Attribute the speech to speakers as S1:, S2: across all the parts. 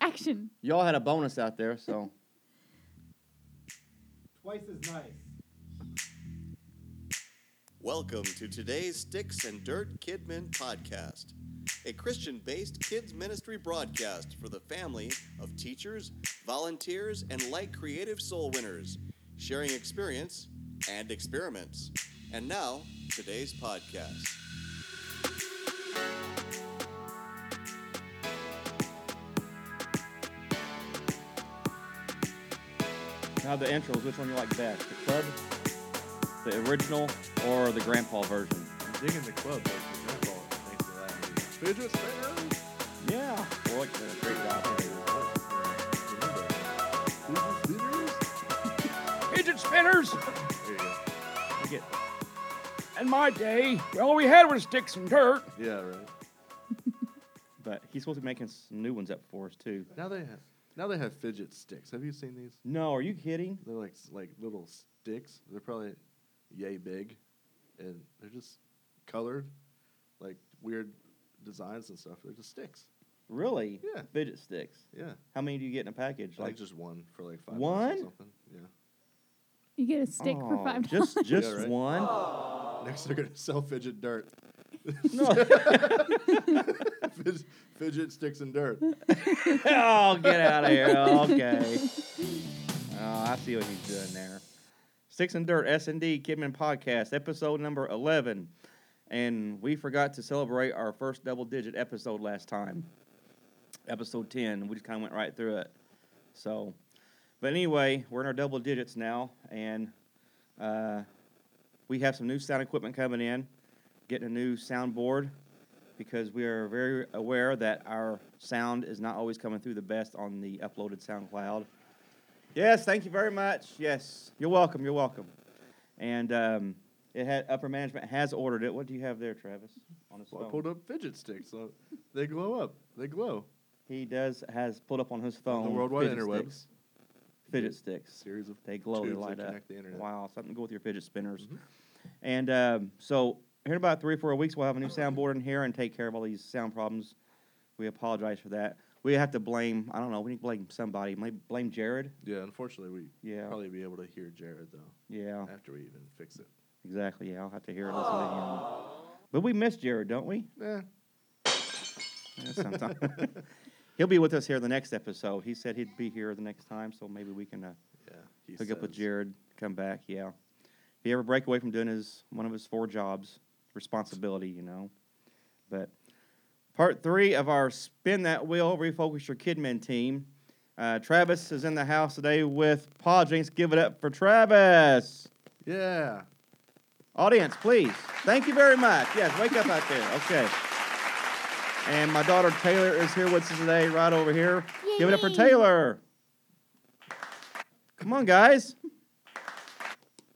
S1: action.
S2: Y'all had a bonus out there, so
S3: Twice as nice.
S4: Welcome to today's Sticks and Dirt Kidmen podcast, a Christian based kids ministry broadcast for the family of teachers, volunteers, and like creative soul winners, sharing experience and experiments. And now, today's podcast.
S2: now the intros. Which one you like best? The club, the original, or the grandpa version?
S5: Digging the club, though, for grandpa, thanks for that. Fidget spinners?
S2: Yeah. Well, it did a great job.
S6: Fidget spinners!
S5: There you go.
S2: You get-
S6: In my day, all we had was sticks and dirt.
S5: Yeah, right.
S2: But he's supposed to be making some new ones up for us too.
S5: Now they have now they have fidget sticks. Have you seen these?
S2: No, are you kidding?
S5: They're like s- like little sticks. They're probably yay big, and they're just colored, like weird designs and stuff. They're just sticks.
S2: Really?
S5: Yeah.
S2: Fidget sticks.
S5: Yeah,
S2: How many do you get in a package?
S5: like just one for like five. bucks or
S2: One?
S5: something. Yeah.
S1: You get a stick for
S2: Aw,
S1: five dollars.
S2: oh, Just just
S5: right. Oh.
S2: one.
S5: Next they're gonna sell fidget dirt,
S2: No.
S5: Fid- fidget sticks and dirt.
S2: oh, get out of here. Okay. Oh, I see what he's doing there. Sticks and Dirt S and D Kidman Podcast, episode number eleven. And we forgot to celebrate our first double digit episode last time. Episode ten. We just kinda went right through it. So but anyway, we're in our double digits now and uh, we have some new sound equipment coming in, getting a new soundboard because we are very aware that our sound is not always coming through the best on the uploaded SoundCloud. Yes, thank you very much. Yes, you're welcome. You're welcome. And um, it had upper management has ordered it. What do you have there, Travis? On his
S5: Well, I
S2: phone?
S5: pulled up fidget sticks. So they glow up. They glow.
S2: He does has pulled up on his phone
S5: World Wide
S2: fidget
S5: Interwebs.
S2: sticks. Fidget sticks.
S5: Series of
S2: They glow, they
S5: tubes that
S2: light up.
S5: connect the internet. Mm-hmm.
S2: Wow, something to go with your fidget spinners. And um, so, here in about three or four weeks, we'll have a new soundboard in here and take care of all these sound problems. We apologize for that. We have to blame, I don't know, we need to blame somebody. Maybe blame Jared.
S5: Yeah, unfortunately, we
S2: Yeah.
S5: probably be able to hear Jared though
S2: Yeah,
S5: after we even fix it.
S2: exactly. Yeah, I'll have to hear it. listen to him. But we miss Jared, don't we?
S5: Yeah,
S2: Yeah, sometime. He'll be with us here the next episode. He said he'd be here the next time, so maybe we can. Uh,
S5: yeah. He
S2: hook up with
S5: says.
S2: Jared, come back. Yeah, if he ever break away from doing his one of his four jobs, responsibility, you know. But part three of our spin that wheel, refocus your kidmen team. Uh, Travis is in the house today with Paw Jinx. Give it up for Travis.
S5: Yeah.
S2: Audience, please. Thank you very much. Yes, wake up out there. Okay. And my daughter Taylor is here with us today, right over here. Give it up for
S1: Yay.
S2: Taylor. Come on, guys.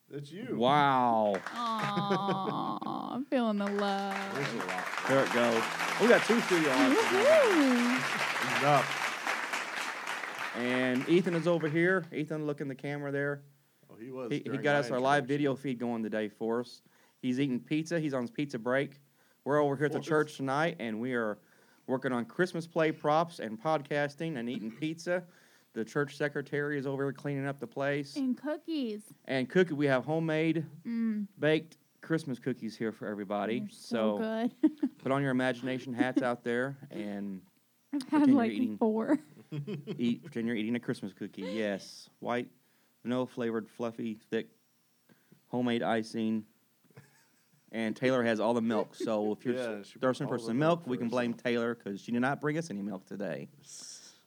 S5: That's you.
S2: Wow.
S1: Aww, I'm feeling the love.
S5: There's a lot.
S2: There it goes. We got two studio audiences.
S1: Woohoo.
S5: Enough.
S2: And Ethan is over here. Ethan, look in the camera there.
S5: Oh, he was.
S2: He, he
S5: during
S2: got
S5: my
S2: us our live
S5: introduction.
S2: video feed going today for us. He's eating pizza. He's on his pizza break. We're over here at the
S5: Forrest.
S2: church tonight, and we are working on Christmas play props and podcasting and eating pizza. The church secretary is over here cleaning up the place.
S1: And cookies.
S2: And cookie, we have homemade
S1: Mm,
S2: baked Christmas cookies here for everybody.
S1: they're so, good.
S2: put on your imagination hats out there and
S1: I've
S2: Pretend
S1: had
S2: you're
S1: like
S2: eating-
S1: four.
S2: eat pretend you're eating a Christmas cookie. Yes, white, vanilla flavored, fluffy, thick, homemade icing. And Taylor has all the milk, so if you're
S5: Yeah,
S2: s-
S5: she brought
S2: thirsting
S5: all
S2: for
S5: the
S2: some
S5: milk
S2: milk, we
S5: for
S2: can blame
S5: herself.
S2: Taylor because she did not bring us any milk today.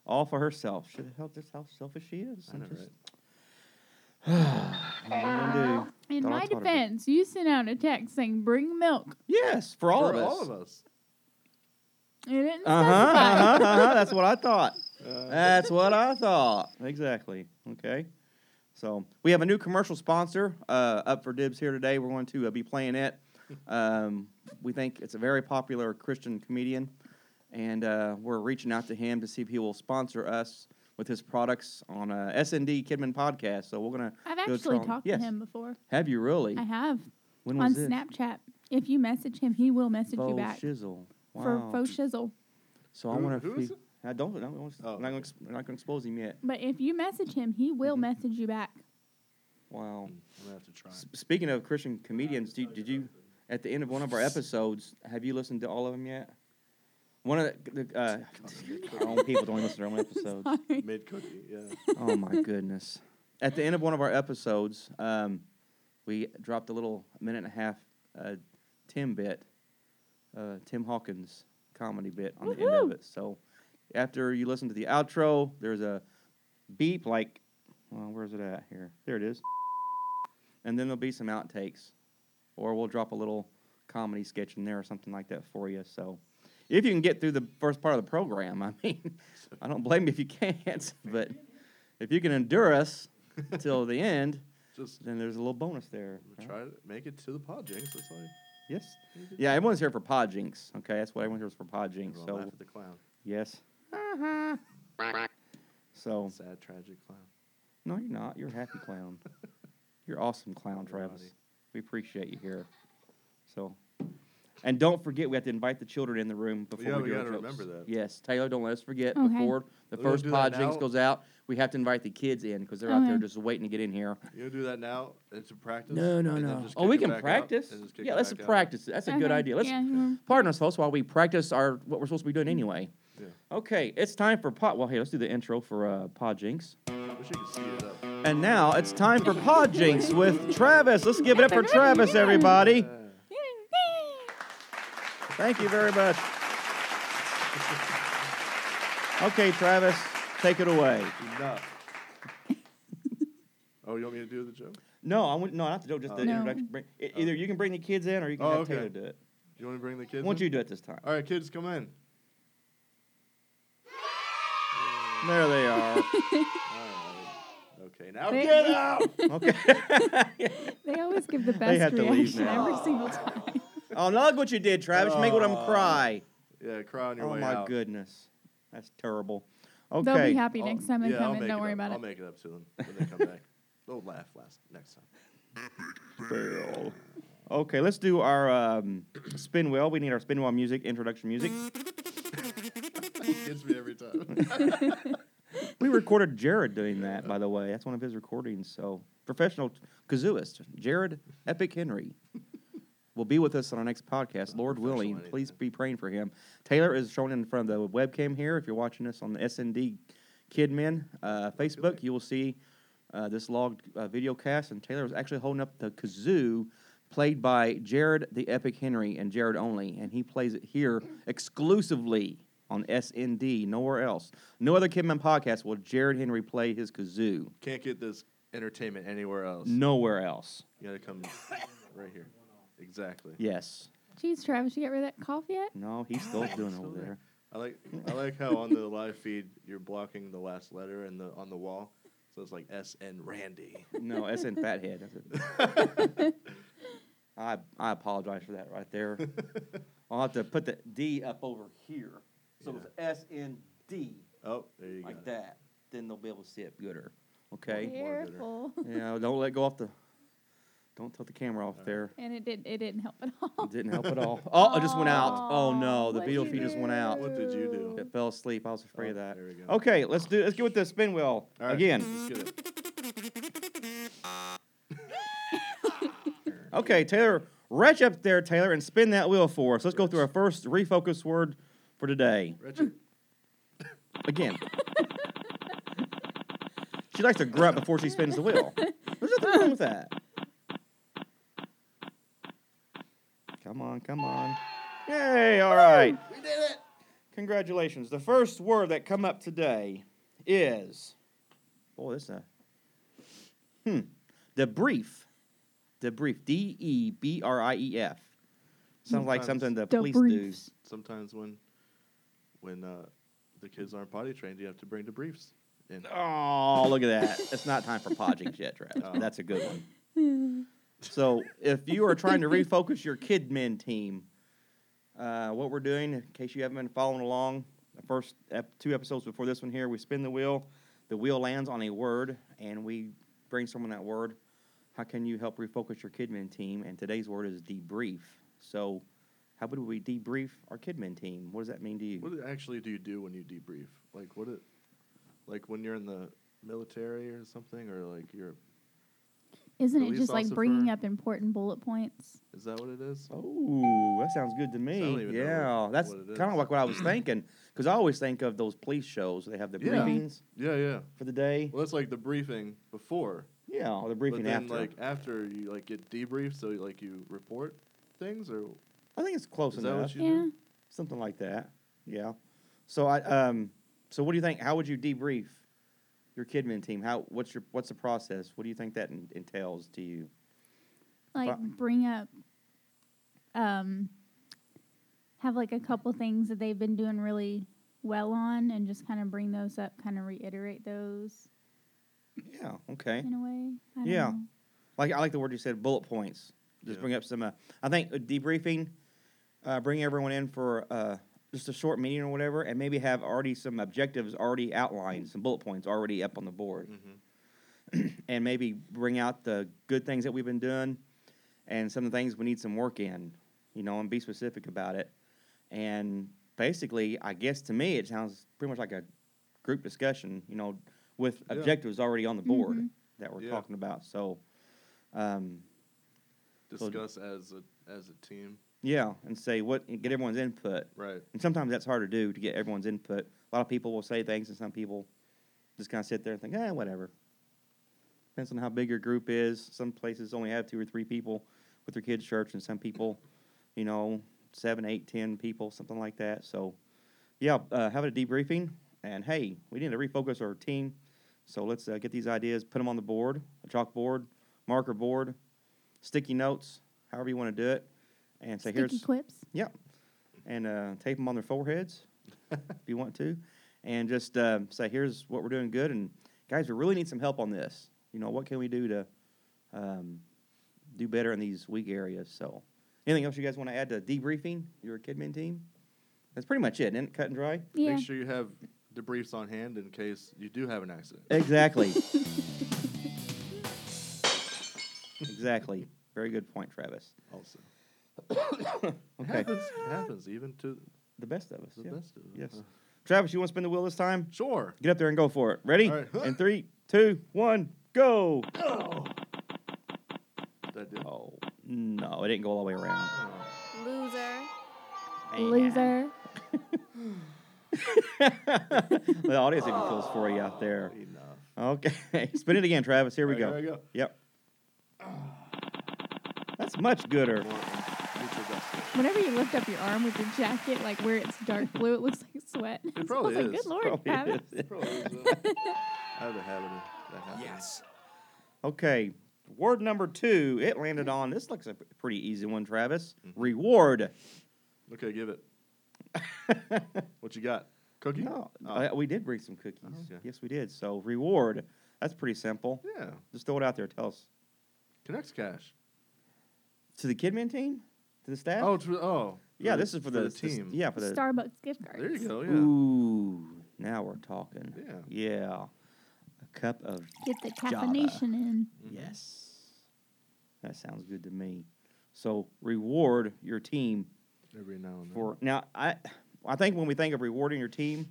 S2: All for herself. Should have helped us how selfish she is.
S5: I know,
S2: Just-
S5: right?
S2: What am I gonna do?
S1: In
S2: Thought I
S1: my
S2: taught her that.
S1: defense, you sent out a text saying, bring milk.
S2: Yes, for all
S5: For
S2: of us.
S5: all of us.
S1: You didn't
S2: Uh huh.
S1: specify.
S2: Uh huh. Uh-huh. That's what I thought.
S5: Uh,
S2: That's what I thought. Exactly. Okay. So we have a new commercial sponsor uh, up for dibs here today. We're going to uh, be playing it. Um, we think it's a very popular Christian comedian, and uh, we're reaching out to him to see if he will sponsor us with his products on uh, SND Kidman podcast. So we're gonna
S1: I've
S2: Go
S1: actually
S2: Tron.
S1: talked
S2: Yes.
S1: to him before.
S2: have you really
S1: I have.
S2: when
S1: on
S2: was this?
S1: Snapchat. If you message him, he will message you
S2: Faux
S1: back
S2: shizzle. Wow.
S1: for faux shizzle.
S2: so I
S5: Who-
S2: wonder
S5: who
S2: if we,
S5: is it?
S2: I don't. I don't I'm
S5: Oh.
S2: not gonna. ex- I'm not gonna expose him yet.
S1: But if you message him, he will
S2: Mm-hmm.
S5: Mhm.
S1: message you back.
S2: Wow.
S5: I'm gonna have to try.
S2: S- speaking of Christian comedians, did, did you at the end of one of our episodes? Have you listened to all of them yet? One of the, the uh, our own people don't even listen to their own episodes.
S1: Sorry.
S5: Mid cookie, yeah.
S2: Oh my goodness! At the end of one of our episodes, um, we dropped a little minute and a half uh, Tim bit, uh, Tim Hawkins comedy bit on the end of
S1: Woohoo!
S2: it. So after you listen to the outro, there's a beep like, well, where's it at here? There it is. And then there'll be some outtakes, or we'll drop a little comedy sketch in there or something like that for you. So if you can get through the first part of the program, I mean, I don't blame you if you can't, but if you can endure us till the end,
S5: Just
S2: then there's a little bonus there. all right?
S5: try to make it to the pod jinx. That's like
S2: Yes. Yeah, everyone's here for Pod Jinx. Okay, that's what everyone's here is for Pod Jinx.
S5: everyone laugh
S2: So
S5: at the clown.
S2: yes. So
S5: Sad, tragic clown.
S2: no, you're not. You're a happy clown. You're awesome clown, Travis.
S5: Alrighty.
S2: We appreciate you here. So, and don't forget we have to invite the children in the room before
S5: yeah,
S2: we,
S5: we
S2: do our
S5: gotta
S2: jokes.
S5: remember that.
S2: Yes, Taylor, don't let us forget
S1: Okay.
S2: before the
S5: We're gonna
S2: first
S5: do that
S2: Pod Jinx
S5: now?
S2: goes out. We have to invite the kids in because they're out there
S1: Okay.
S2: just waiting to get in here.
S5: You gonna do that now? It's a practice.
S2: No, no,
S5: and then
S2: no.
S5: just
S2: Oh,
S5: kick
S2: we
S5: it
S2: can
S5: back out
S2: practice.
S5: and just kick
S2: Yeah,
S5: it
S2: let's
S5: back out?
S2: practice. That's a good
S5: Uh-huh.
S1: Okay.
S2: idea. Let's
S1: Yeah, you were-
S2: pardon us, folks, while we practice our what we're supposed to be
S5: Mm-hmm.
S2: doing anyway.
S5: Yeah.
S2: Okay, it's time for Pod. Well, hey, let's do the intro for uh, Pod Jinx.
S5: I wish you could speed it up.
S2: And now it's time for Pod Jinx with Travis. Let's give it up for Travis, everybody.
S5: Yeah.
S2: Thank you very much. Okay, Travis, take it away.
S5: Enough. oh, you want me to do the joke?
S2: No, I wouldn't. No, not the joke. Just the
S5: Oh. No.
S2: introduction. Bring, e- either you can bring the kids in, or you can
S5: Oh,
S2: have
S5: okay.
S2: Taylor do it.
S5: You want me to bring the
S2: Why
S5: kids?
S2: don't
S5: in?
S2: you do it this time?
S5: All right, kids, come in.
S2: There they are.
S5: All right. Okay, now
S1: They-
S5: get out.
S2: Okay.
S1: They always give the best
S2: They have to
S1: reaction
S2: leave now.
S1: every single time.
S2: oh, now look what you did, Travis. You Make them cry.
S5: yeah, cry on Oh. your
S2: Oh
S5: way
S2: my
S5: out.
S2: goodness, that's terrible.
S1: They'll be
S2: Okay.
S1: happy
S5: I'll-
S1: next time they
S5: yeah, I'll
S1: come in.
S5: make
S1: Don't
S5: it
S1: worry
S5: up.
S1: about
S5: I'll
S1: it.
S5: make it up to them when they come back. They'll laugh last next time.
S2: Fail. Okay, let's do our um, spin wheel. We need our spin wheel music, introduction music.
S5: Gets me every time.
S2: We recorded Jared doing that, by the way. That's one of his recordings. So, professional kazooist, Jared Epic Henry, will be with us on our next podcast. Lord
S5: professional
S2: willing,
S5: anything.
S2: please be praying for him. Taylor is shown in front of the webcam here. If you're watching us on the SND Kidmen uh, Facebook, you will see uh, this logged uh, video cast. And Taylor is actually holding up the kazoo played by Jared the Epic Henry and Jared only. And he plays it here exclusively on SND, nowhere else. No other Kidman podcast will Jared Henry play his kazoo.
S5: Can't get this entertainment anywhere else.
S2: Nowhere else.
S5: You gotta come right here. Exactly.
S2: Yes.
S1: Jeez, Travis, you get rid of that cough yet?
S2: No, he's still doing
S5: Still
S2: over there.
S5: there. I like I like how on the live feed you're blocking the last letter and the on the wall, so it's like S N Randy.
S2: No, that's in Fathead. That's it. I I apologize for that right there. I'll have to put the D up over here. So it's S N D
S5: Oh, there you
S2: like
S5: go.
S2: that. Then they'll be able to see it gooder. Okay.
S5: more bitter.
S1: Careful.
S2: yeah, don't let go off the. Don't tilt the camera off there.
S1: And it did. It didn't help at all.
S2: It didn't help at all. Oh, it just went out. Oh
S1: Aw,
S2: no, the
S1: what'd
S2: beetle
S1: you
S2: feed just went out.
S5: What did you do?
S2: It fell asleep. I was afraid of
S5: Oh,
S2: that.
S5: there we go.
S2: Okay, let's do. Let's get with the spin wheel
S5: All right,
S2: again.
S5: let's get it.
S2: Okay, Taylor, reach up there, Taylor, and spin that wheel for us. Let's go through our first refocus word for today.
S5: Richard.
S2: Again. she likes to grunt before she spins the wheel. There's nothing wrong with that. Come on, come on. Yay, all right.
S5: We did it.
S2: Congratulations. The first word that come up today is boy, this is a hmm. Debrief. Debrief. D E B R I E F. Sounds like
S5: Sometimes.
S2: something the
S1: The
S2: police
S1: briefs.
S5: Sometimes when when uh, the kids aren't potty trained, you have to bring debriefs. And
S2: do. Oh, look at that. It's not time for podging yet, Travis. but
S5: Oh.
S2: That's a good one. So if you are trying to refocus your kid men team, uh, what we're doing, in case you haven't been following along, the first ep- two episodes before this one here, we spin the wheel. The wheel lands on a word, and we bring someone that word. How can you help refocus your kidman team? And today's word is debrief. So How would we debrief our Kidman team? What does that mean to you?
S5: What do- actually do you do when you debrief? Like what it, like when you're in the military or something, or like you're
S1: Isn't it
S5: Police
S1: just like
S5: officer.
S1: bringing up important bullet points?
S5: is that what it is?
S2: Oh, that sounds good to me.
S5: even know
S2: Yeah,
S5: what-
S2: that's
S5: what it
S2: kind of
S5: is.
S2: like what I was thinking because I always think of those police shows. They have the
S5: Yeah.
S2: briefings
S5: Yeah, yeah.
S2: for the day.
S5: Well, that's like the briefing before,
S2: Yeah, or the briefing
S5: but then
S2: after.
S5: like after you like get debriefed, so like you report things or
S2: I think it's close
S5: is that
S2: enough.
S5: what you
S1: Yeah.
S5: do?
S2: Something like that. Yeah. So I um. So what do you think? How would you debrief your Kidman team? How what's your what's the process? What do you think that en- entails to you?
S1: Like
S2: But-
S1: bring up um have like a couple things that they've been doing really well on and just kind of bring those up, kind of reiterate those
S2: Yeah. Okay.
S1: in a way. I don't
S2: Eh. Yeah.
S1: know.
S2: Like I like the word you said, bullet points. Just
S5: Yeah.
S2: bring up some. Uh, I think uh, debriefing, uh, bring everyone in for uh, just a short meeting or whatever, and maybe have already some objectives already outlined, some bullet points already up on the board,
S5: Mm-hmm.
S2: and maybe bring out the good things that we've been doing, and some of the things we need some work in, you know, and be specific about it. And basically, I guess to me, it sounds pretty much like a group discussion, you know, with
S5: Yeah.
S2: objectives already on the board
S1: Mhm.
S2: that we're
S5: Yeah.
S2: talking about. So. Um, So-
S5: Discuss as a as a team,
S2: yeah, and say what get everyone's input.
S5: right?
S2: And sometimes that's hard to do to get everyone's input. A lot of people will say things, and some people just kind of sit there and think, eh, whatever. Depends on how big your group is. Some places only have two or three people with their kids' church, and some people, you know, seven, eight, ten people, something like that. So, yeah, uh, having a debriefing, and hey, we need to refocus our team. So let's uh, get these ideas, put them on the board, a chalkboard, marker board, sticky notes, however you want to do it, and say
S1: Sticky
S2: here's
S1: quips.
S2: Yep. And uh, tape them on their foreheads if you want to. And just uh, say, here's what we're doing good. And guys, we really need some help on this. You know, what can we do to um, do better in these weak areas? So, anything else you guys want to add to debriefing your Kidman team? That's pretty much it, isn't it? Cut and dry?
S1: Yeah.
S5: Make sure you have debriefs on hand in case you do have an accident.
S2: Exactly. exactly. Very good point, Travis.
S5: Also, It
S2: Okay.
S5: happens, it happens even to
S2: The best of us.
S5: the
S2: yeah.
S5: best of us.
S2: Yes.
S5: Uh,
S2: Travis, you want to spin the wheel this time?
S5: Sure.
S2: Get up there and go for it. Ready?
S5: All right.
S2: In three, two, one, go.
S5: That did.
S2: Oh no, it didn't go all the way around.
S3: Loser.
S2: Man.
S1: Loser.
S2: the audience even feels for you out there.
S5: Enough.
S2: Okay, spin it again, Travis. Here we
S5: All
S2: go.
S5: right, Here we go.
S2: Yep. That's much gooder.
S5: More introductory.
S1: Whenever you lift up your arm with your jacket, like where it's dark blue, it looks like sweat.
S5: It probably
S1: I was like,
S5: is.
S1: Good lord,
S2: Probably
S1: Travis.
S2: is it.
S5: Probably is, uh, I have a habit of that happening.
S2: Okay, word number two. It landed on. This looks a p- pretty easy one, Travis.
S5: Mm-hmm.
S2: Reward.
S5: Okay, give it. what you got? Cookie?
S2: No,
S5: Oh,
S2: uh, we did bring some cookies.
S5: okay.
S2: Yes, we did. So reward. That's pretty simple.
S5: yeah.
S2: Just throw it out there. Tell us
S5: Connects cash.
S2: to the Kidman team, to the staff.
S5: Oh, tr- oh.
S2: yeah, this is for the, s-
S5: team.
S2: yeah, for the
S1: Starbucks gift cards.
S5: There you go. Yeah.
S2: Ooh, now we're talking.
S5: Yeah.
S2: Yeah. A cup of
S1: Get the
S2: Java.
S1: caffeination in.
S2: Mm-hmm. yes. That sounds good to me. So reward your team
S5: Every now and then.
S2: for now. I I think when we think of rewarding your team,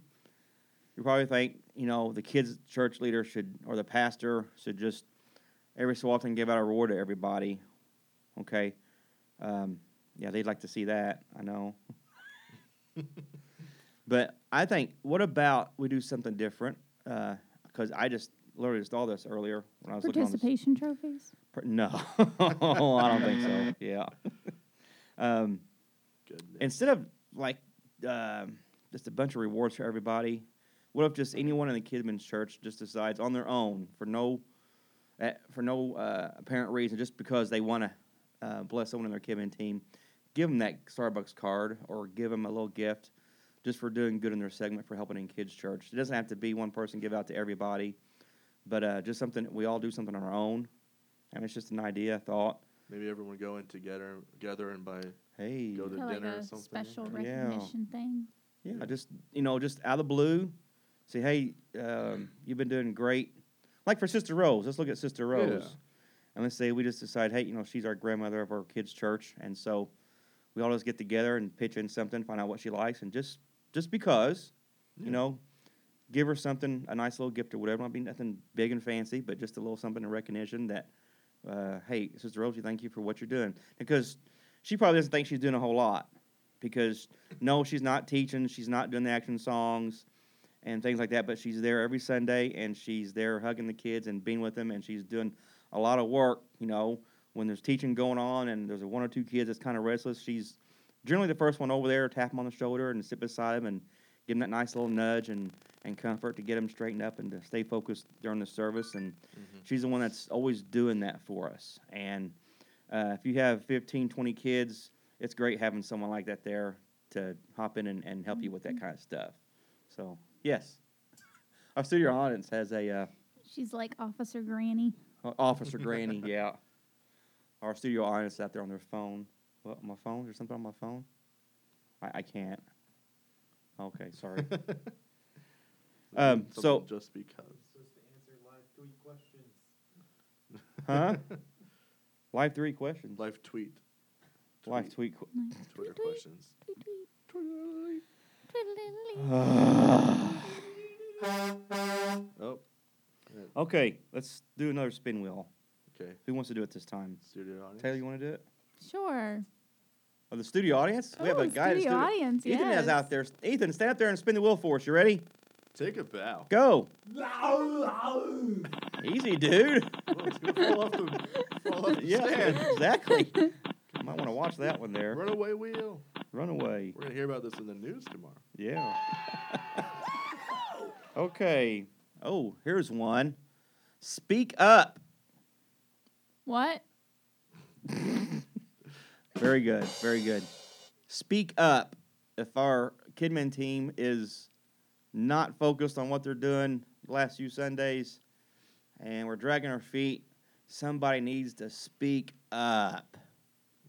S2: you probably think you know the kids church leader should or the pastor should just every so often give out a reward to everybody. Okay. Um, yeah, they'd like to see that. I know. but I think what about we do something different? Because I just literally just saw this earlier when I was looking on this.
S1: Participation trophies.
S2: Pr- No, I don't think so. Yeah. um,
S5: Goodness.
S2: instead of like um, just a bunch of rewards for everybody, what if just anyone in the Kidman's church just decides on their own for no uh, for no uh, apparent reason, just because they want to uh, bless someone in their Kidman team, give them that Starbucks card or give them a little gift just for doing good in their segment for helping in kids' church. It doesn't have to be one person give out to everybody, but uh, just something we all do something on our own. I mean, it's just an idea, a thought.
S5: Maybe everyone go in together, together and buy.
S2: Hey,
S5: Go to-
S1: Kinda
S5: dinner
S1: like
S5: or
S1: a
S5: something,
S1: special
S5: yeah.
S2: Yeah.
S1: recognition thing.
S2: Yeah,
S5: Yeah.
S2: just you know, just out of the blue, say, hey, um, you've been doing great. Like for Sister Rose, let's look at Sister Rose,
S5: Yeah.
S2: and let's say we just decide, hey, you know, she's our grandmother of our kids' church, and so we all just get together and pitch in something, find out what she likes, and just just because,
S5: Yeah.
S2: you know, give her something, a nice little gift or whatever. Not be nothing big and fancy, but just a little something in recognition that, uh, hey, Sister Rosie, thank you for what you're doing. Because she probably doesn't think she's doing a whole lot, because no, she's not teaching, she's not doing the action songs. And things like that, but she's there every Sunday, and she's there hugging the kids and being with them, and she's doing a lot of work, you know, when there's teaching going on and there's a one or two kids that's kind of restless, she's generally the first one over there, tap them on the shoulder and sit beside them and give them that nice little nudge and, and comfort to get them straightened up and to stay focused during the service. And she's the one that's always doing that for us. And uh, if you have 15, 20 kids, it's great having someone like that there to hop in and, and help you with that kind of stuff. So, yes. Our studio audience has a. Uh,
S1: She's like Officer Granny.
S2: uh, Officer Granny, yeah. Our studio audience out there on their phone. What, my phone? There's something on my phone? I, I can't. Okay, sorry. Um,
S5: Something
S2: so-
S5: just because.
S3: supposed to answer live tweet questions.
S2: huh? Live three questions. Live,
S5: Live tweet.
S2: tweet. que-
S5: Twitter questions. Tweet.
S2: Uh,
S5: Oh,
S2: Okay, let's do another spin wheel.
S5: okay.
S2: Who wants to do it this time?
S5: Studio audience.
S2: Taylor, you want to do it?
S1: Sure.
S2: Oh, the studio audience? we have a
S1: Oh,
S2: guy that's
S1: studio
S2: doing it.
S1: audience,
S2: Ethan is out
S1: yes.
S2: there. Ethan, stand up there and spin the wheel for us. You ready?
S5: Take a bow.
S2: Go. Easy, dude.
S5: Well, it's gonna fall off the, fall off the stand.
S2: yeah, exactly. You might want to watch that one there.
S5: Runaway wheel.
S2: Runaway.
S5: We're gonna hear about this in the news tomorrow.
S2: Yeah. okay. Oh, here's one. Speak up.
S1: What?
S2: Very good. Very good. Speak up. If our Kidman team is not focused on what they're doing the last few Sundays and we're dragging our feet, somebody needs to speak up.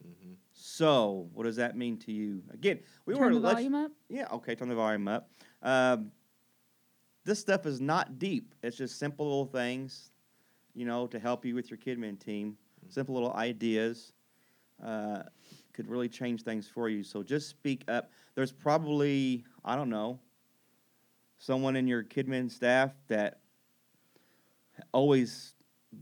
S5: Mm-hmm.
S2: So, what does that mean to you? Again, we
S1: Turn
S2: were
S1: the
S2: let's-
S1: volume up.
S2: Yeah, okay, turn the volume up. Um, this stuff is not deep. It's just simple little things, you know, to help you with your Kidman team. Simple little ideas uh, could really change things for you. So just speak up. There's probably, I don't know, someone in your Kidman staff that always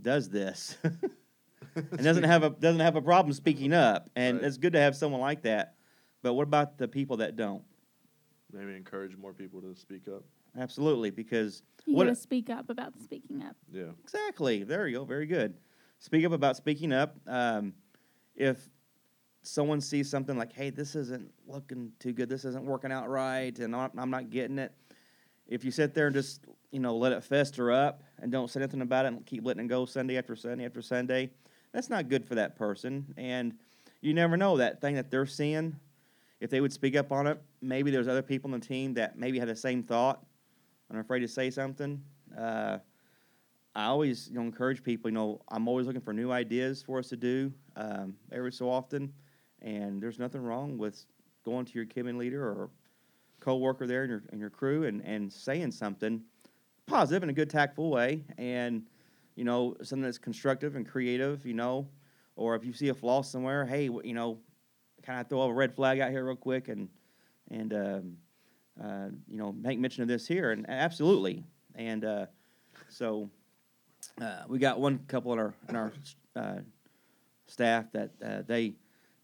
S2: does this and doesn't have a doesn't have a problem speaking up. And
S5: Right.
S2: it's good to have someone like that. But what about the people that don't?
S5: Maybe encourage more people to speak up.
S2: Absolutely, because
S1: You
S2: What-
S1: gotta speak up about speaking up.
S5: Yeah.
S2: exactly there you go, very good. Speak up about speaking up. Um, if someone sees something like, "Hey, this isn't looking too good. This isn't working out right, and I'm, I'm not getting it," if you sit there and just you know let it fester up and don't say nothing about it and keep letting it go Sunday after Sunday after Sunday, that's not good for that person. And you never know that thing that they're seeing. If they would speak up on it, maybe there's other people on the team that maybe had the same thought and are afraid to say something. Uh, I always you know, encourage people. You know, I'm always looking for new ideas for us to do um, every so often, and there's nothing wrong with going to your cabin leader or co-worker there and your, and your crew and, and saying something positive in a good tactful way and you know something that's constructive and creative you know or if you see a flaw somewhere hey w- you know kind of throw a red flag out here real quick and and um, uh, you know make mention of this here and absolutely and uh, so uh, we got one couple in our in our uh, staff that uh, they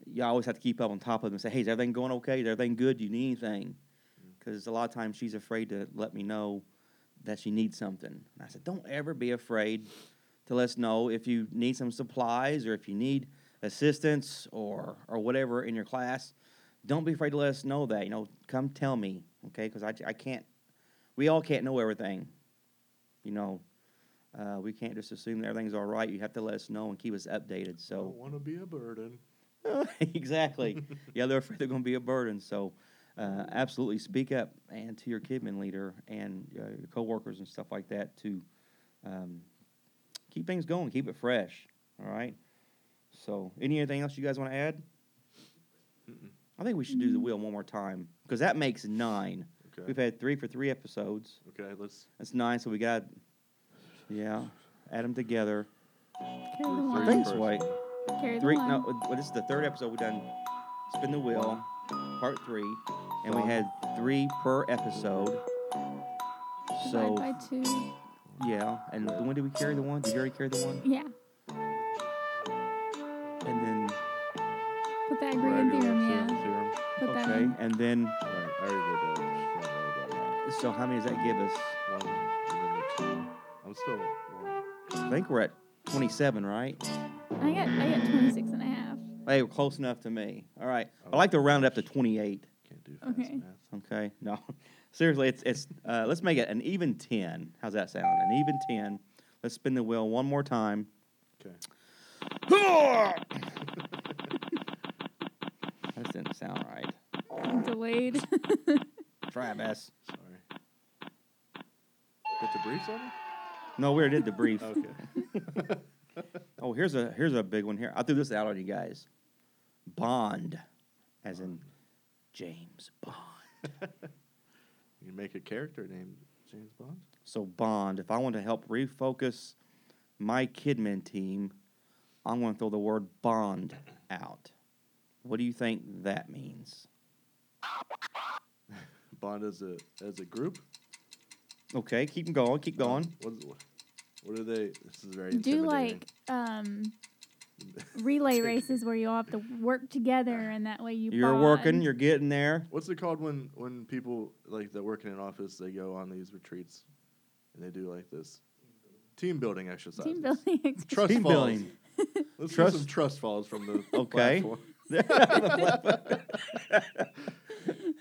S2: you always have to keep up on top of them and say hey is everything going okay is everything good do you need anything because a lot of times she's afraid to let me know that she needs something. And I said, don't ever be afraid to let us know if you need some supplies or if you need assistance or or whatever in your class. Don't be afraid to let us know that. You know, come tell me, okay? Because I, I can't. We all can't know everything. You know, uh, we can't just assume that everything's all right. You have to let us know and keep us updated. So.
S5: Don't want to be a burden.
S2: exactly. yeah, they're afraid they're going to be a burden. So, uh, absolutely speak up and to your kidman leader and uh, your coworkers and stuff like that to um, keep things going, keep it fresh. All right. So, any anything else you guys want to add? I think we should do the wheel one more time because that makes nine.
S5: Okay.
S2: We've had three for three episodes.
S5: Okay. Let's
S2: That's nine. So we got, yeah, add them together.
S1: Carry the
S2: I
S5: do
S1: one.
S5: three
S2: think it's
S5: first.
S2: white.
S1: Carry the
S2: Three.
S1: one.
S2: No, well, this is the third episode we've done Spin the Wheel, part three, and we had three per episode.
S1: Divide
S2: So
S1: by two.
S2: yeah, and when did we carry the one? Did you already carry the one?
S1: Yeah.
S2: And then
S1: Put that gradient theorem. Yeah.
S5: Theorem.
S1: Put that
S2: okay,
S1: in.
S2: and then
S5: All right, I already did that. Just don't worry about that.
S2: so how many does that give us?
S5: One, and then the two. I'm still one.
S2: I think we're at 27, right?
S1: I got I got 26 and a half.
S2: Hey, we're close enough to me. All right, I
S5: Okay.
S2: like to round up to 28.
S5: Can't do fast
S1: Okay.
S5: math.
S2: Okay, no, seriously, it's it's. Uh, let's make it an even 10. How's that sound? An even 10. Let's spin the wheel one more time.
S5: Okay.
S2: That didn't sound right.
S1: Delayed.
S2: Travis.
S5: Sorry. Get the briefs on?
S2: No, we already did the brief.
S5: Okay.
S2: Oh, here's a here's a big one here. I threw this out on you guys. Bond, as in James Bond.
S5: You make a character named James Bond?
S2: So Bond. If I want to help refocus my Kidman team, I'm going to throw the word Bond out. What do you think that means?
S5: Bond as a as a group?
S2: Okay, keep 'em going. Keep going.
S5: What, is- what are they? This is very
S1: Do
S5: intimidating.
S1: like um relay races where you all have to work together and that way you
S2: You're working.
S1: bond.
S2: You're getting there.
S5: What's it called when when people like that work in an office they go on these retreats and they do like this team building exercise.
S1: team building exercise.
S5: Trust
S2: Team
S5: falls.
S2: building.
S5: Let's trust.
S2: Trust-
S5: do some trust falls from the
S2: Okay.
S5: platform.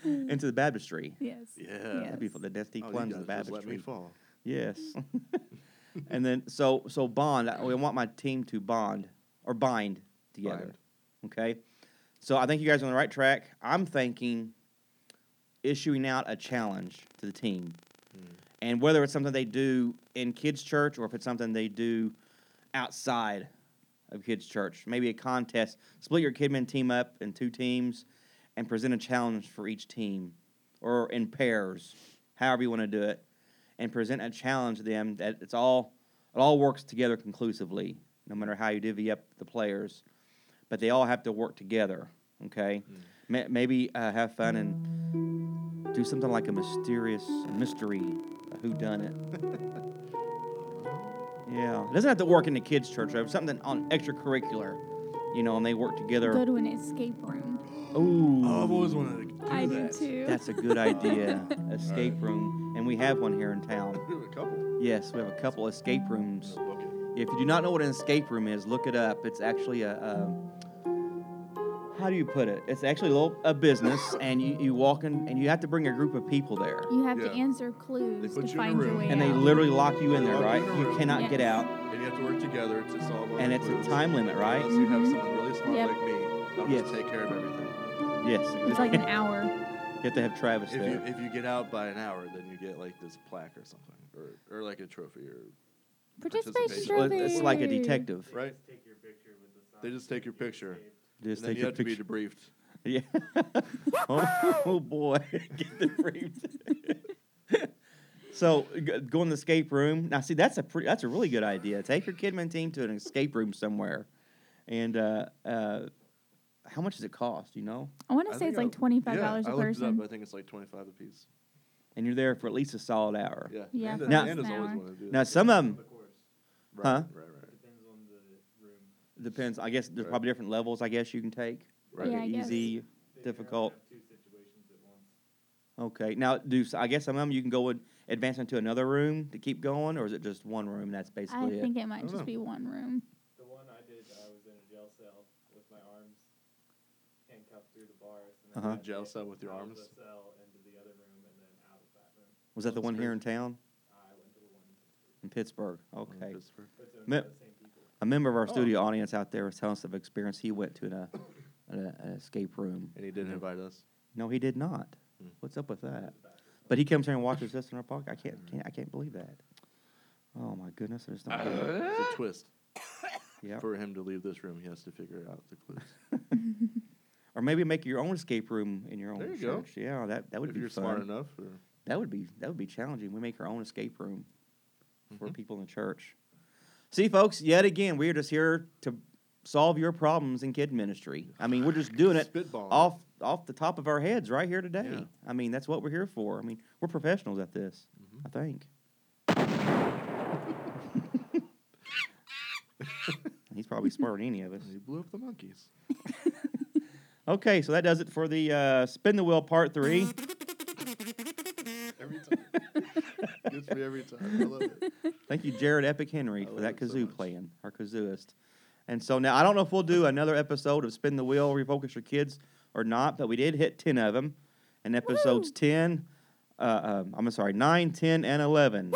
S2: Into the baptistry.
S1: Yes.
S5: Yeah.
S1: Yes.
S2: That'd be for the Death
S5: Oh, you
S2: Plunge, the
S5: guys just let
S2: baptistry.
S5: me fall.
S2: Yes. and then so so bond. I, I want my team to bond or bind together. Okay. So I think you guys are on the right track. I'm thinking issuing out a challenge to the team, and whether it's something they do in kids' church or if it's something they do outside of kids' church, maybe a contest. Split your kidmen team up in two teams, and present a challenge for each team, or in pairs, however you want to do it and present a challenge to them that it's all it all works together conclusively, no matter how you divvy up the players. But they all have to work together. Okay, Ma maybe uh, have fun and do something like a mysterious mystery, who done it. yeah, it doesn't have to work in the kids' church. Right? Something on extracurricular, you know, and they work
S1: Go
S2: together.
S1: to an escape room.
S2: Ooh,
S5: Oh, I've always wanted to do
S1: I do
S5: that.
S1: too.
S2: that's a good idea. Escape room, and we have one here in town.
S5: Do a couple.
S2: Yes, we have a couple escape rooms.
S5: Okay.
S2: If you do not know what an escape room is, look it up. It's actually a, a how do you put it? It's actually a little a business, and you, you walk in and you have to bring a group of people there,
S1: You have to
S5: Yeah.
S1: answer clues
S5: put you
S1: to
S5: in a
S1: find your
S5: room.
S1: way
S2: and
S1: out.
S2: they literally lock you in there,
S5: Lock you
S2: right?
S5: in a
S2: You
S5: room.
S2: cannot get
S1: Yes.
S2: out,
S5: And you have to work together to solve all
S2: and
S5: the
S2: it's a
S5: clues.
S2: time limit,
S5: Unless
S2: right?
S5: you have someone really smart
S1: Mm-hmm. Yep.
S5: like me, I'll
S2: Yes.
S5: just take care of everything.
S2: Yes,
S1: It's like an hour.
S2: you have to have Travis
S5: If you
S2: there.
S5: if you get out by an hour, then you get like this plaque or something, or or like a trophy, or
S1: Participation
S5: Participation.
S2: Well, It's like a
S1: trophy.
S2: detective.
S5: right.
S3: Just take your picture with the sign.
S5: They just take your
S3: If you
S5: picture.
S3: escaped,
S2: Just
S5: and then
S2: take
S5: you
S2: your
S5: have to be
S2: picture.
S5: debriefed.
S2: Yeah. oh, oh, boy, get the briefs. so g- go in the escape room. Now, see, that's a pre- that's a really good idea. Take your Kidman team to an escape room somewhere, and uh, uh, how much does it cost? You know,
S1: I want
S5: I
S1: to say
S5: think
S1: it's
S5: I-
S1: like twenty five
S5: yeah,
S1: dollars
S5: I
S1: a
S5: looked
S1: person.
S5: It up. I think it's like twenty five a piece.
S2: and you're there for at least a solid hour.
S5: Yeah.
S1: Yeah,
S5: Anda's,
S2: Now-
S1: an
S5: Anda's always
S1: hour.
S5: wanted to do
S2: Now,
S5: that.
S2: some of
S3: On
S2: them
S3: the course.
S5: Right,
S2: huh?
S5: right, right,
S3: Depends on the room.
S2: depends. I guess there's
S5: Right.
S2: probably different levels. I guess you can take
S5: right.
S1: Yeah, I guess.
S2: easy.
S3: They can
S2: Difficult.
S3: have two situations at once.
S2: Okay. Now, do s- I guess some of them you can go and advance into another room to keep going, or is it just one room? and That's basically
S1: I
S2: it.
S1: think it
S5: I
S1: might
S5: don't
S1: just
S5: know.
S1: be one room.
S3: The one I did, I was in a jail cell with my arms handcuffed through the bars. And then
S2: Uh-huh.
S3: I
S5: Jail
S3: went
S5: cell with your
S3: out of
S5: arms?
S3: the cell into the other room and then out of that room.
S2: Was that the
S5: That's
S2: one here
S5: crazy.
S2: in town
S3: I went to the one,
S2: in Pittsburgh?
S5: In
S2: Okay.
S5: Pittsburgh. Oh.
S3: but it's owned
S2: Me-
S3: by the same people.
S2: A member of our studio audience out there was telling us of an experience he went to in a, an, uh, an escape room.
S5: And he didn't invite us.
S2: No, he did not.
S5: Hmm.
S2: What's up with that? But he comes here and watches this in our podcast. I can't, can't I can't believe that. Oh my goodness, there's not.
S5: It's a twist.
S2: yeah.
S5: For him to leave this room, he has to figure out the clues.
S2: Or maybe make your own escape room in your own
S5: There you go.
S2: church. Yeah, that, that would
S5: if
S2: be
S5: you're
S2: fun.
S5: smart enough. Or,
S2: That would be that would be challenging. We make our own escape room for people in the church. See, folks, yet again, we are just here to solve your problems in kid ministry. I mean, we're just doing it
S5: Spitball.
S2: off off the top of our heads right here today.
S5: Yeah.
S2: I mean, that's what we're here for. I mean, we're professionals at this. I think. He's probably smarter than any of us.
S5: He blew up the monkeys.
S2: Okay, so that does it for the uh, spin the wheel part three.
S5: Every time. Good for me every time. I love it.
S2: Thank you, Jared Epic Henry,
S5: I
S2: for
S5: love
S2: that
S5: it Oh, so
S2: kazoo
S5: much.
S2: playing, our kazooist. And so now I don't know if we'll do another episode of Spin the Wheel, Refocus Your Kids, or not, but we did hit 10 of them. And episodes 10, uh, uh, I'm sorry, 9, 10, and 11.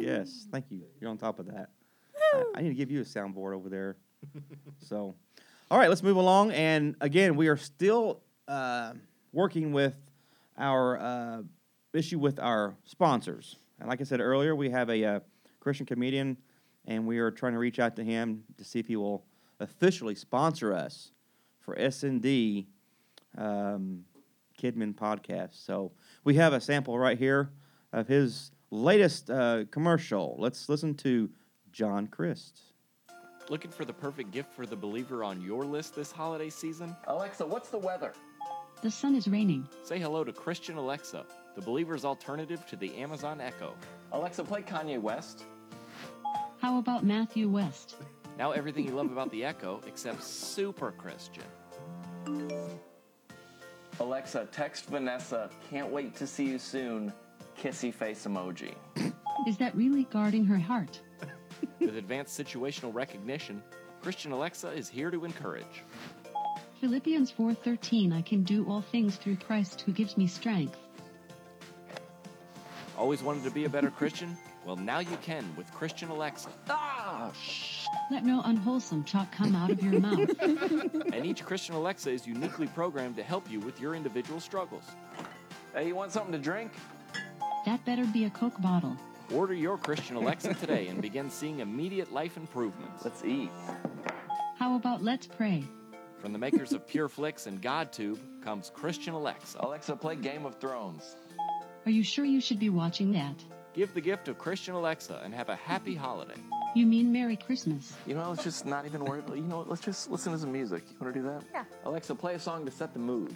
S2: Yes, thank you. You're on top of that. I, I need to give you a soundboard over there. so, all right, let's move along. And again, we are still uh, working with our uh, issue with our sponsors. And like I said earlier, we have a uh, Christian comedian, and we are trying to reach out to him to see if he will officially sponsor us for S&D um, Kidman podcast. So we have a sample right here of his latest uh, commercial. Let's listen to John Christ.
S7: Looking for the perfect gift for the believer on your list this holiday season?
S8: Alexa, what's the weather?
S9: The sun is raining.
S7: Say hello to Christian Alexa, the believer's alternative to the Amazon Echo.
S8: Alexa, play Kanye West.
S9: How about Matthew West?
S7: Now everything you love about the Echo except super Christian.
S8: Alexa, text Vanessa. Can't wait to see you soon. Kissy face emoji.
S9: Is that really guarding her heart?
S7: With advanced situational recognition, Christian Alexa is here to encourage.
S9: Philippians 4:13 I can do all things through Christ who gives me strength.
S7: Always wanted to be a better Christian? Well, now you can with Christian Alexa.
S8: Ah, shh.
S9: Let no unwholesome talk come out of your mouth.
S7: And each Christian Alexa is uniquely programmed to help you with your individual struggles.
S8: Hey, you want something to drink?
S9: That better be a Coke bottle.
S7: Order your Christian Alexa today and begin seeing immediate life improvements.
S8: Let's eat.
S9: How about let's pray?
S7: From the makers of Pure Flix and GodTube comes Christian Alexa.
S8: Alexa, play Game of Thrones.
S9: Are you sure you should be watching that?
S7: Give the gift of Christian Alexa and have a happy holiday.
S9: You mean Merry Christmas?
S8: You know, let's just not even worry about You know what? Let's just listen to some music. You want to do that? Yeah. Alexa, play a song to set the mood.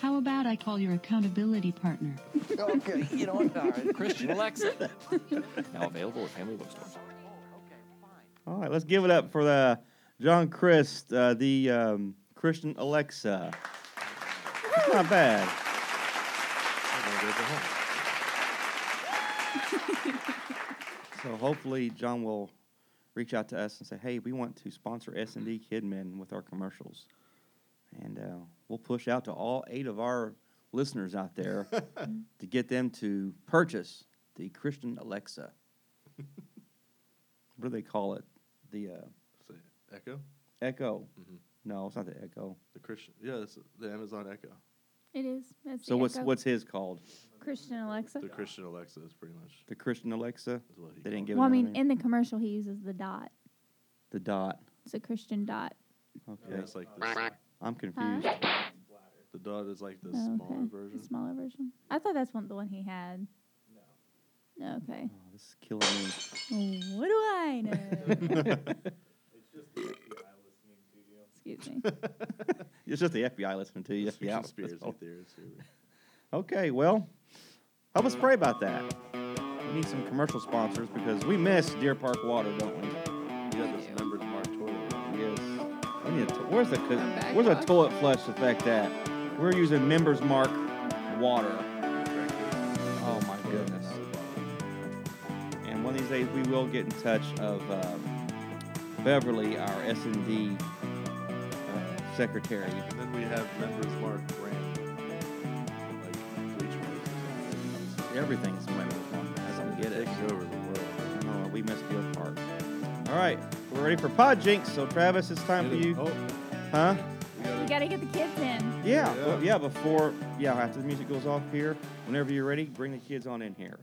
S9: How about I call your accountability partner?
S8: okay, you know what? All right.
S7: Christian Alexa. Now available at family bookstores.
S2: All right, let's give it up for the John Christ, uh, the um, Christian Alexa. It's not bad. So hopefully John will reach out to us and say, "Hey, we want to sponsor S and D Kidmen with our commercials," and uh, we'll push out to all eight of our listeners out there to get them to purchase the Christian Alexa. what do they call it? The uh,
S5: Say, Echo?
S2: Echo?
S1: Mm-hmm.
S5: Mhm.
S2: No, it's not the Echo.
S5: The Christian. Yeah, it's the Amazon Echo.
S1: It is. That's
S2: So
S1: the
S2: what's
S1: Echo.
S2: what's his called?
S1: Christian Alexa?
S5: The Christian Alexa is pretty much
S2: The Christian Alexa.
S5: is what he
S2: They didn't
S5: called
S2: give
S1: Well, I
S2: it another
S1: mean,
S2: name.
S1: in the commercial, he uses the dot.
S2: the dot.
S1: It's a Christian dot.
S5: it.
S2: Okay,
S5: Yeah, it's like this,
S2: I'm confused.
S5: the dot is like the
S1: Oh,
S5: smaller
S1: okay.
S5: version.
S1: The smaller version. I thought that's one the one he had. No. Okay.
S2: Oh, this is killing me.
S1: What do I know?
S3: It's just the FBI listening to you.
S1: Excuse me.
S2: It's just the FBI listening to you.
S5: It's
S2: Yeah.
S5: conspiracy theories here.
S2: Okay, well, help us pray about that. We need some commercial sponsors because we miss Deer Park Water, don't we?
S5: Yeah, this numbered Mark Twain.
S2: Yes. We need a to- where's the co- where's a toilet flush effect at? We're using Members Mark water. Oh my goodness. And one of these days we will get in touch of uh, Beverly, our S and D uh, secretary.
S5: And then we have members Mark Brand. Like, Bleach Brothers.
S2: Everything's Members Mark. I don't get it.
S5: Taking over the world.
S2: Oh, we missed Deer Park. All right, we're ready for Pod Jinx. So Travis, it's time for
S5: Get it.
S2: you,
S5: Oh,
S2: huh?
S5: we got
S1: You
S5: it.
S1: gotta get the kids in.
S2: Yeah,
S5: Yeah.
S2: well, yeah. Before, yeah, after the music goes off here, whenever you're ready, bring the kids on in here.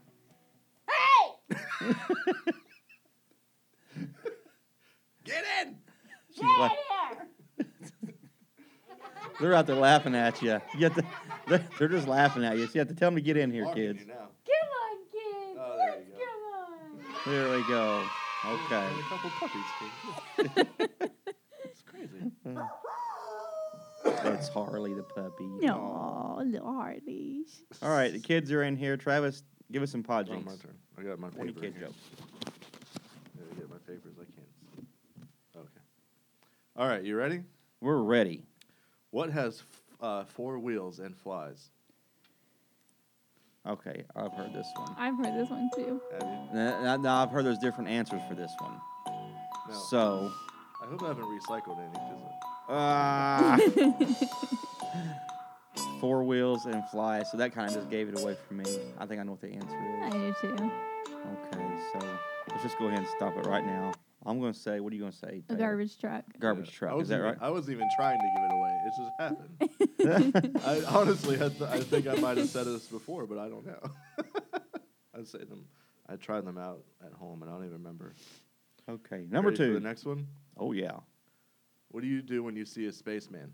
S5: Get in!
S2: She's la- they're out there laughing at you. You have to, they're, they're just laughing at you. So you have to tell them to get in here,
S5: Marking
S2: kids.
S5: you now.
S1: Come on, kids.
S5: Oh,
S1: Come on.
S2: There
S5: there you go.
S2: we go. Okay.
S5: And a couple puppies, too.
S2: It's Harley the puppy.
S1: No, little Harley.
S2: All right, the kids are in here. Travis, give us some pod
S5: Oh, my
S2: jinks.
S5: turn. I got my paper.
S2: Any
S5: in
S2: kid
S5: here.
S2: joke.
S5: I gotta get my papers. I can't. see. Okay. All right, you ready?
S2: We're ready.
S5: What has f- uh, four wheels and flies?
S2: Okay, I've heard this one.
S1: I've heard this one too.
S5: Have you?
S2: No, no, no, I've heard there's different answers for this one.
S5: No.
S2: So,
S5: I hope I haven't recycled any because
S2: uh, four wheels and flies. So that kind of just gave it away for me. I think I know what the answer
S1: I
S2: is.
S1: do too.
S2: Okay, so let's just go ahead and stop it right now. I'm going to say, what are you going to say?
S1: A
S2: Taylor?
S1: garbage truck.
S2: Garbage
S5: I
S2: truck. Is
S5: wasn't
S2: that
S5: even-
S2: right?
S5: I wasn't even trying to give it away. It just happened. I honestly, I, th- I think I might have said this before, but I don't know. I say them. I tried them out at home, and I don't even remember.
S2: okay, number
S5: Ready for
S2: two.
S5: the next one.
S2: oh, yeah.
S5: What do you do when you see a spaceman?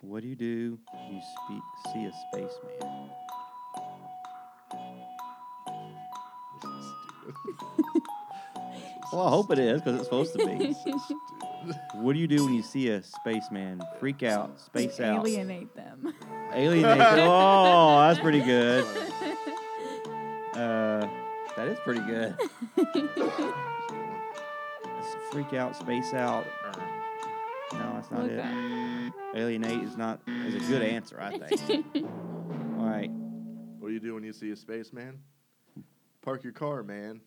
S2: What do you do? when You spe- see a spaceman.
S5: This is stupid.
S2: Well, I hope it is because it's supposed to be.
S5: Stupid.
S2: what do you do when you see a spaceman? Freak out, space out,
S1: Alienate them.
S2: alienate. oh, that's pretty good. Uh, that is pretty good. That's freak out, space out. No, that's not
S1: Look
S2: it.
S1: up.
S2: Alienate is not is a good answer, I think. All right.
S5: What do you do when you see a spaceman? Park your car, man.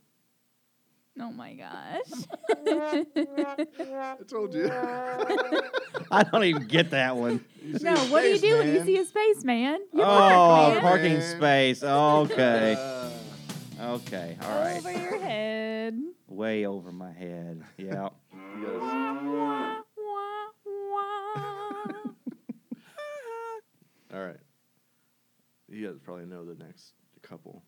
S1: Oh my gosh.
S5: I told you.
S2: I don't even get that one.
S5: You see
S1: no,
S5: a
S1: what do you do when you
S5: spaceman.
S1: see a spaceman? You
S2: oh,
S1: park, man.
S5: park-
S2: parking
S5: man.
S2: space. Okay.
S5: Uh,
S2: Okay. All right.
S1: Over your head.
S2: Way over my head. Yeah.
S5: you guys-
S1: Wah, wah.
S5: all right. You guys probably know the next couple.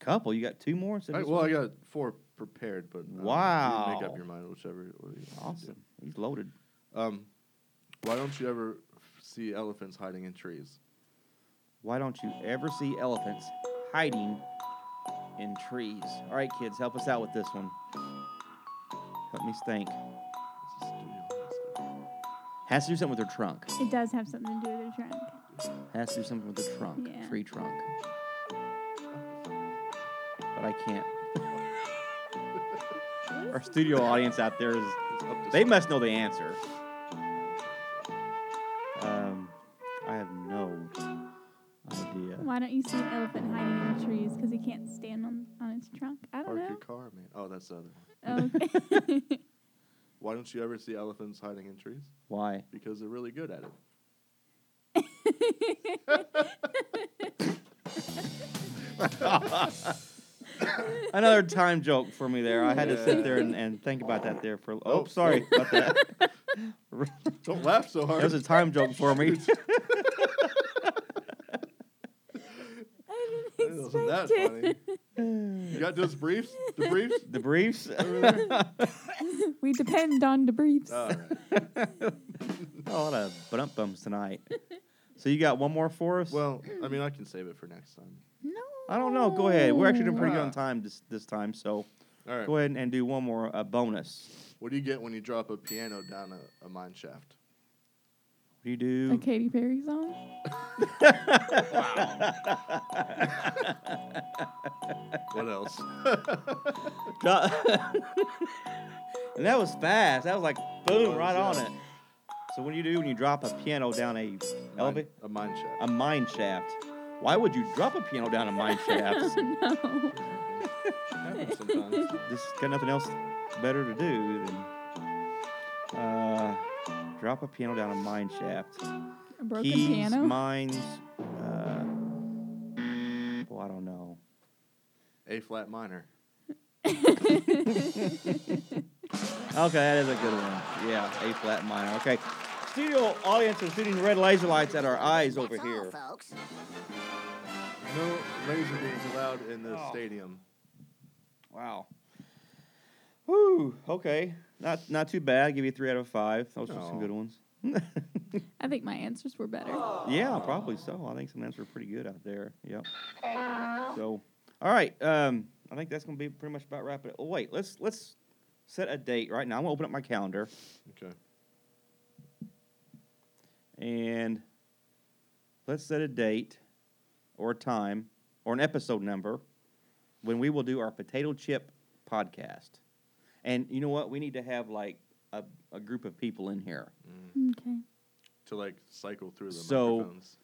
S2: Couple, you got two more? instead of
S5: I,
S2: just
S5: well,
S2: one?
S5: I got four prepared, but um, you make
S2: Wow.
S5: up your mind, whichever. whatever you want to do.
S2: Awesome. He's loaded.
S5: Um, why don't you ever see elephants hiding in trees?
S2: Why don't you ever see elephants hiding in trees? All right, kids, help us out with this one. Help me think.
S5: This is stupid.
S2: Has to do something with their trunk.
S1: It does have something to do with their trunk.
S2: Has to do something with the trunk.
S1: Yeah.
S2: Tree trunk. But I can't. Our studio audience out there is.
S5: It's up to
S2: They
S5: some-
S2: must know the answer. Um, I have no idea.
S1: Why don't you see an elephant hiding in the trees? Because he can't stand on, on its trunk. I don't
S5: Park your
S1: know.
S5: car, man. Oh, that's the other one.
S1: Okay.
S5: Why don't you ever see elephants hiding in trees?
S2: Why?
S5: Because they're really good at it.
S2: Another time joke for me there. I had to sit there and, and think about that there for. Oh,
S5: Oh.
S2: sorry about that. that
S5: Don't laugh so hard.
S2: was a time joke for me.
S1: I
S5: It
S1: didn't
S5: wasn't that
S1: expect it.
S5: funny. You got those briefs? The briefs?
S2: The briefs.
S1: We depend on debriefs.
S2: Uh,
S5: All right.
S2: a lot of bump bumps tonight. So you got one more for us?
S5: Well, I mean, I can save it for next time.
S1: no.
S2: I don't know. Go ahead. We're actually doing pretty good
S5: Ah.
S2: on time this this time. So
S5: All right.
S2: go ahead and do one more uh, bonus.
S5: What do you get when you drop a piano down a, a mine shaft?
S2: What do you do?
S1: A Katy Perry song?
S5: What else?
S2: and that was fast. That was like boom,
S5: was,
S2: right on
S5: yeah.
S2: it. So what do you do when you drop a piano down a eleva-
S5: Mine- a mine shaft.
S2: a mine shaft? Why would you drop a piano down a mine shaft?
S1: no.
S5: Happens sometimes.
S2: This got nothing else better to do than uh, drop a piano down a mine shaft.
S1: A broken
S2: Keys,
S1: piano?
S2: mines. Uh, well, I don't know.
S5: A flat minor.
S2: Okay, that is a good one. Yeah, A flat minor. Okay. Studio audience is shooting red laser lights at our eyes over here.
S5: No laser beams allowed in the
S2: Oh.
S5: stadium.
S2: Wow. Whew. Okay. Not not too bad. i give you three out of five. Those were
S1: Oh.
S2: some
S5: No.
S2: good ones.
S1: I think my answers were better.
S2: Yeah, probably so. I think some of those were pretty good out there. Yep. So, all right. Um, I think that's gonna be pretty much about wrapping it. Oh, wait, let's let's set a date right now. I'm gonna open up my calendar
S5: Okay.
S2: and let's set a date or a time or an episode number when we will do our potato chip podcast. And you know what? We need to have like a, a group of people in here.
S1: Okay.
S5: To like cycle through the
S2: So-
S5: microphones.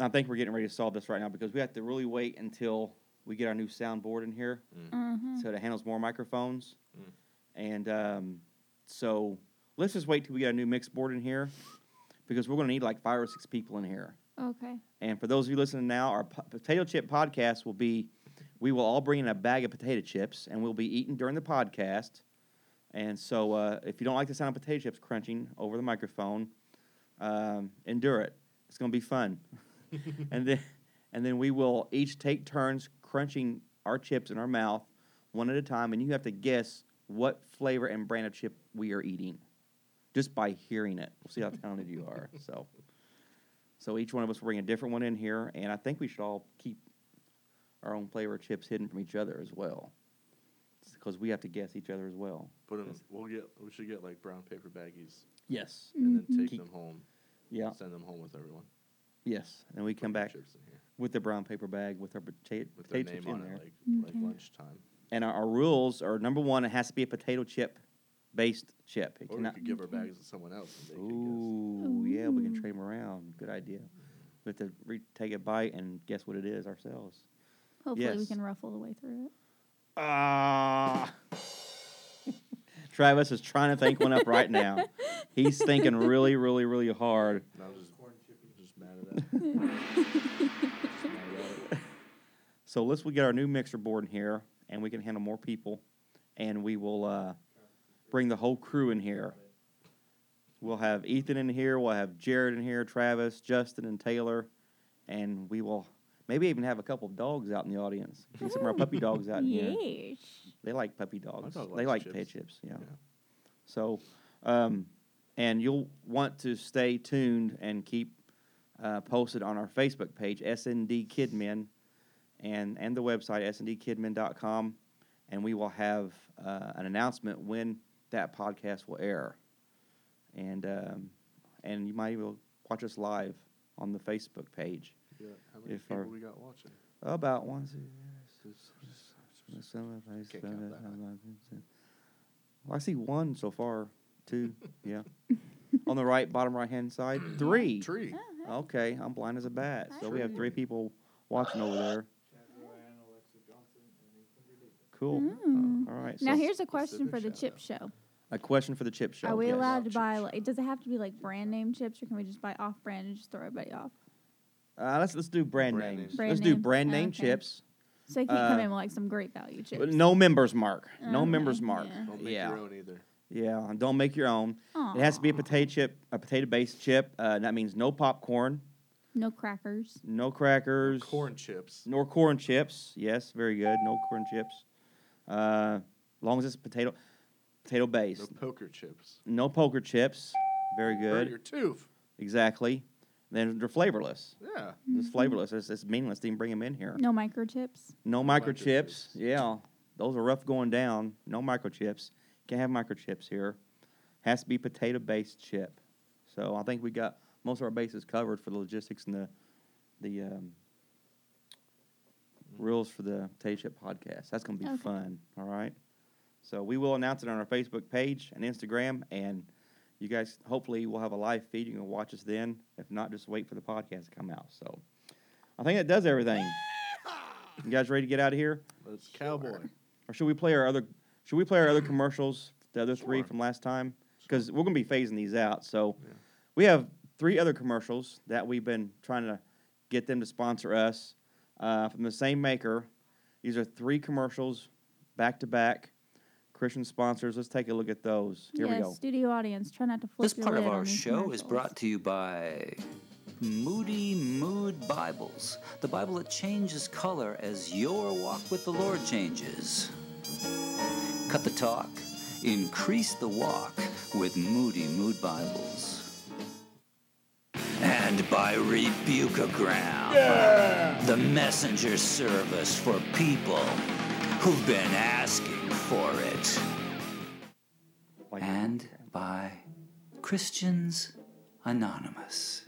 S2: I think we're getting ready to solve this right now because we have to really wait until we get our new soundboard in here
S1: Uh-huh.
S2: so that it handles more microphones.
S5: Mm.
S2: And um, so let's just wait till we get a new mix board in here because we're going to need like five or six people in here.
S1: Okay.
S2: And for those of you listening now, our po- potato chip podcast will be we will all bring in a bag of potato chips and we'll be eating during the podcast. And so uh, if you don't like the sound of potato chips crunching over the microphone, um, endure it. It's going to be fun. and then and then we will each take turns crunching our chips in our mouth one at a time and you have to guess what flavor and brand of chip we are eating just by hearing it. We'll see how talented you are. So so each one of us will bring a different one in here, and I think we should all keep our own flavor chips hidden from each other as well, because we have to guess each other as well.
S5: Put 'em- We'll get. We should get like brown paper baggies
S2: Yes.
S5: and
S1: Mm-hmm.
S5: then take
S2: Keep-
S5: them home.
S2: Yeah.
S5: Send them home with everyone.
S2: Yes. And then we come
S5: Put the
S2: back
S5: Chips in here
S2: with the brown paper bag with our potato,
S5: with their
S2: potato chips
S5: name
S2: in
S5: on
S2: there.
S5: it, like
S1: Okay.
S5: like lunchtime.
S2: And our, our rules are number one, it has to be a potato chip based chip. It
S5: Or we
S2: cannot.
S5: could give our bags to someone else. And they could
S2: Ooh, yeah, we can
S1: Ooh.
S2: trade them around. Good idea. We have to re- take a bite and guess what it is ourselves.
S1: Hopefully we
S2: Yes.
S1: can ruffle the way through it.
S2: Ah. Travis is trying to think one up right now. He's thinking really, really, really hard.
S5: guess. And I was just, just mad at that. Just mad at it.
S2: So let's we get our new mixer board in here, and we can handle more people, and we will uh, bring the whole crew in here. We'll have Ethan in here. We'll have Jared in here, Travis, Justin, and Taylor, and we will maybe even have a couple of dogs out in the audience. Get some of our puppy dogs out in here.
S1: Yes.
S2: They like puppy dogs.
S5: dog
S2: they like
S5: likes
S2: pet
S5: chips.
S2: chips. Yeah.
S5: Yeah.
S2: So, um, and you'll want to stay tuned and keep uh, posted on our Facebook page, SND Kidmen, and and the website sndkidmen.com, and we will have uh, an announcement when that podcast will air, and um, and you might even watch us live on the Facebook page.
S5: Yeah. How many
S2: If
S5: people
S2: our-
S5: we got watching?
S2: About one. two,
S5: Just-
S2: Let's see if I
S5: Can't
S2: spell
S5: count
S2: it
S5: that
S2: out loud. Well, I see one so far. Two. yeah. On the right, bottom right hand side.
S5: Mm-hmm.
S2: Three.
S5: Tree.
S2: Ah. Okay, I'm blind as a bat. So we have three people watching over there.
S3: Joanne, Alexa Johnson, and Kendra Davis.
S2: Cool. Uh,
S1: Mm.
S2: All right.
S1: now
S2: so
S1: here's a question for the
S5: specific
S1: chip
S5: shout-out.
S1: show.
S2: a question for the chip show.
S1: Are we
S2: yes.
S1: allowed to buy? Like, does it have to be like brand name chips, or can we just buy off brand and just throw everybody off?
S2: Uh, let's let's do brand,
S5: Brand
S2: names.
S5: names.
S1: Brand
S2: let's do
S1: name.
S2: brand name
S1: Okay.
S2: chips.
S1: So they can't come
S2: Uh,
S1: in with like some great value chips.
S2: But No members mark. No
S1: Okay,
S2: members mark.
S1: yeah.
S5: Don't make
S2: Yeah.
S5: your own either.
S2: Yeah. and Don't make your own. It has to be a
S1: Aw.
S2: potato chip, a potato based chip. Uh, that means no popcorn,
S1: No crackers.
S2: no crackers,
S5: Corn chips.
S2: nor corn chips. Yes, very good. No corn chips. Uh, long as it's potato, potato
S5: No
S2: based.
S5: poker chips.
S2: No poker chips. Very
S5: Burn
S2: good.
S5: your tooth.
S2: Exactly. Then they're flavorless.
S5: Yeah.
S2: It's flavorless. It's, it's meaningless. Didn't bring them in here.
S1: No microchips.
S2: No, microchips.
S5: microchips.
S2: Yeah, those are rough going down. No microchips. Can't have microchips here. Has to be potato based chip. So I think we got most of our bases covered for the logistics and the the um, rules for the potato chip podcast. That's going to be
S1: Okay.
S2: fun. All right. So we will announce it on our Facebook page and Instagram, and you guys hopefully will have a live feed. You can watch us then. If not, just wait for the podcast to come out. So I think that does everything. You guys ready to get out of here?
S5: That's cowboy.
S2: Or should we play our other? Should we play our other commercials? The other three
S5: Sure.
S2: from last time, because we're gonna be phasing these out. So
S5: Yeah.
S2: we have three other commercials that we've been trying to get them to sponsor us uh, from the same maker. These are three commercials back to back. Christian sponsors. Let's take a look at those. Here
S1: yeah,
S2: we go.
S1: studio audience, try not to flip
S10: This
S1: your
S10: part of
S1: lid on
S10: our
S1: these
S10: show is
S1: commercials.
S10: brought to you by Moody Mood Bibles, the Bible that changes color as your walk with the Lord changes. Cut the talk, increase the walk with Moody Mood Bibles. And by Rebukeogram, the messenger service for people who've been asking for it. and by Christians Anonymous,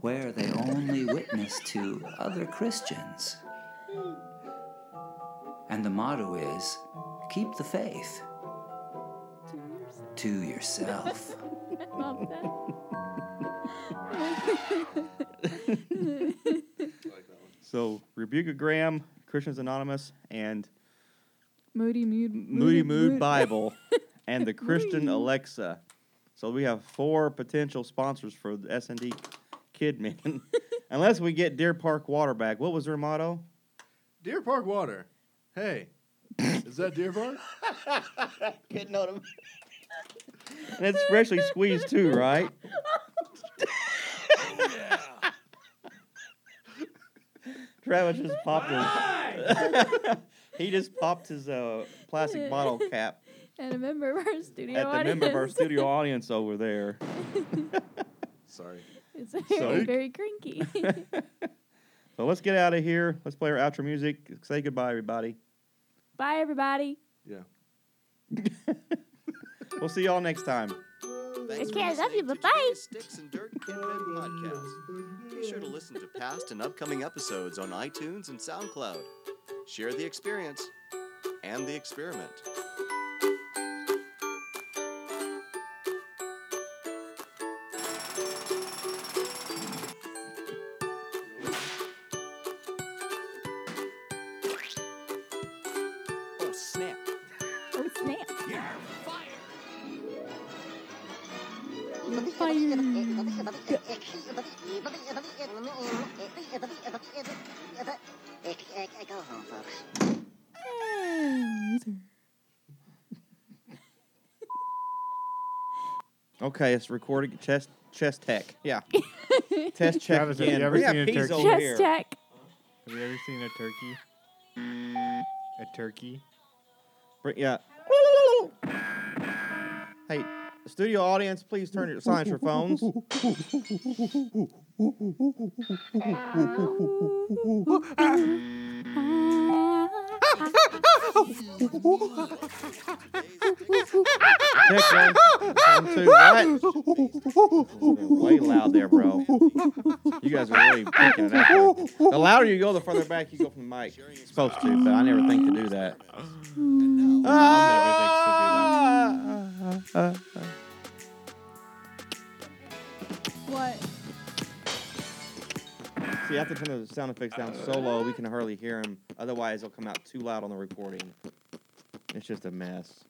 S10: where they only witness to other Christians. And the motto is keep the faith to yourself.
S1: I love
S2: So Rebuke of Graham, Christians Anonymous, and
S1: Moody mood.
S2: Moody Mood Bible, and the Christian Alexa. So we have four potential sponsors for the S and D Kidman, unless we get Deer Park Water back. What was their motto?
S5: Deer Park water. Hey, is that Deer Park?
S11: Good note him.
S2: And it's freshly squeezed too, right? Travis just popped his. he just popped his uh, plastic bottle cap
S1: And a member of our studio
S2: at the
S1: audience.
S2: member of our studio audience over there.
S5: Sorry.
S1: It's very,
S2: So-
S1: very cranky.
S2: So let's get out of here. Let's play our outro music. Say goodbye, everybody.
S1: Bye, everybody.
S2: We'll see y'all next time.
S1: I
S4: Thanks for
S1: can't love you, but bye.
S4: Sticks and Dirt Kidman podcast. Be sure to listen to past and upcoming episodes on iTunes and SoundCloud. Share the experience and the experiment.
S7: Oh, snap.
S1: Oh, snap.
S11: Go home, folks.
S2: Okay, it's recording chest chest tech. Yeah. Test check
S3: Travis, have
S2: again.
S3: you ever
S2: we have
S3: seen a
S2: peas
S3: turkey?
S2: over
S3: Chest
S2: here.
S1: Jack.
S3: Have you ever seen a turkey? A turkey?
S2: Br- Yeah. Hey, studio audience, please turn your silence your phones. Check one, one, two, what? Way loud there, bro. You guys are really picking it out. there. The louder you go, the further back you go from the mic. You're supposed to, but I never think to do that. Ah!
S1: What?
S2: See, I have to turn the sound effects down so low we can hardly hear him. Otherwise, it'll come out too loud on the recording. It's just a mess.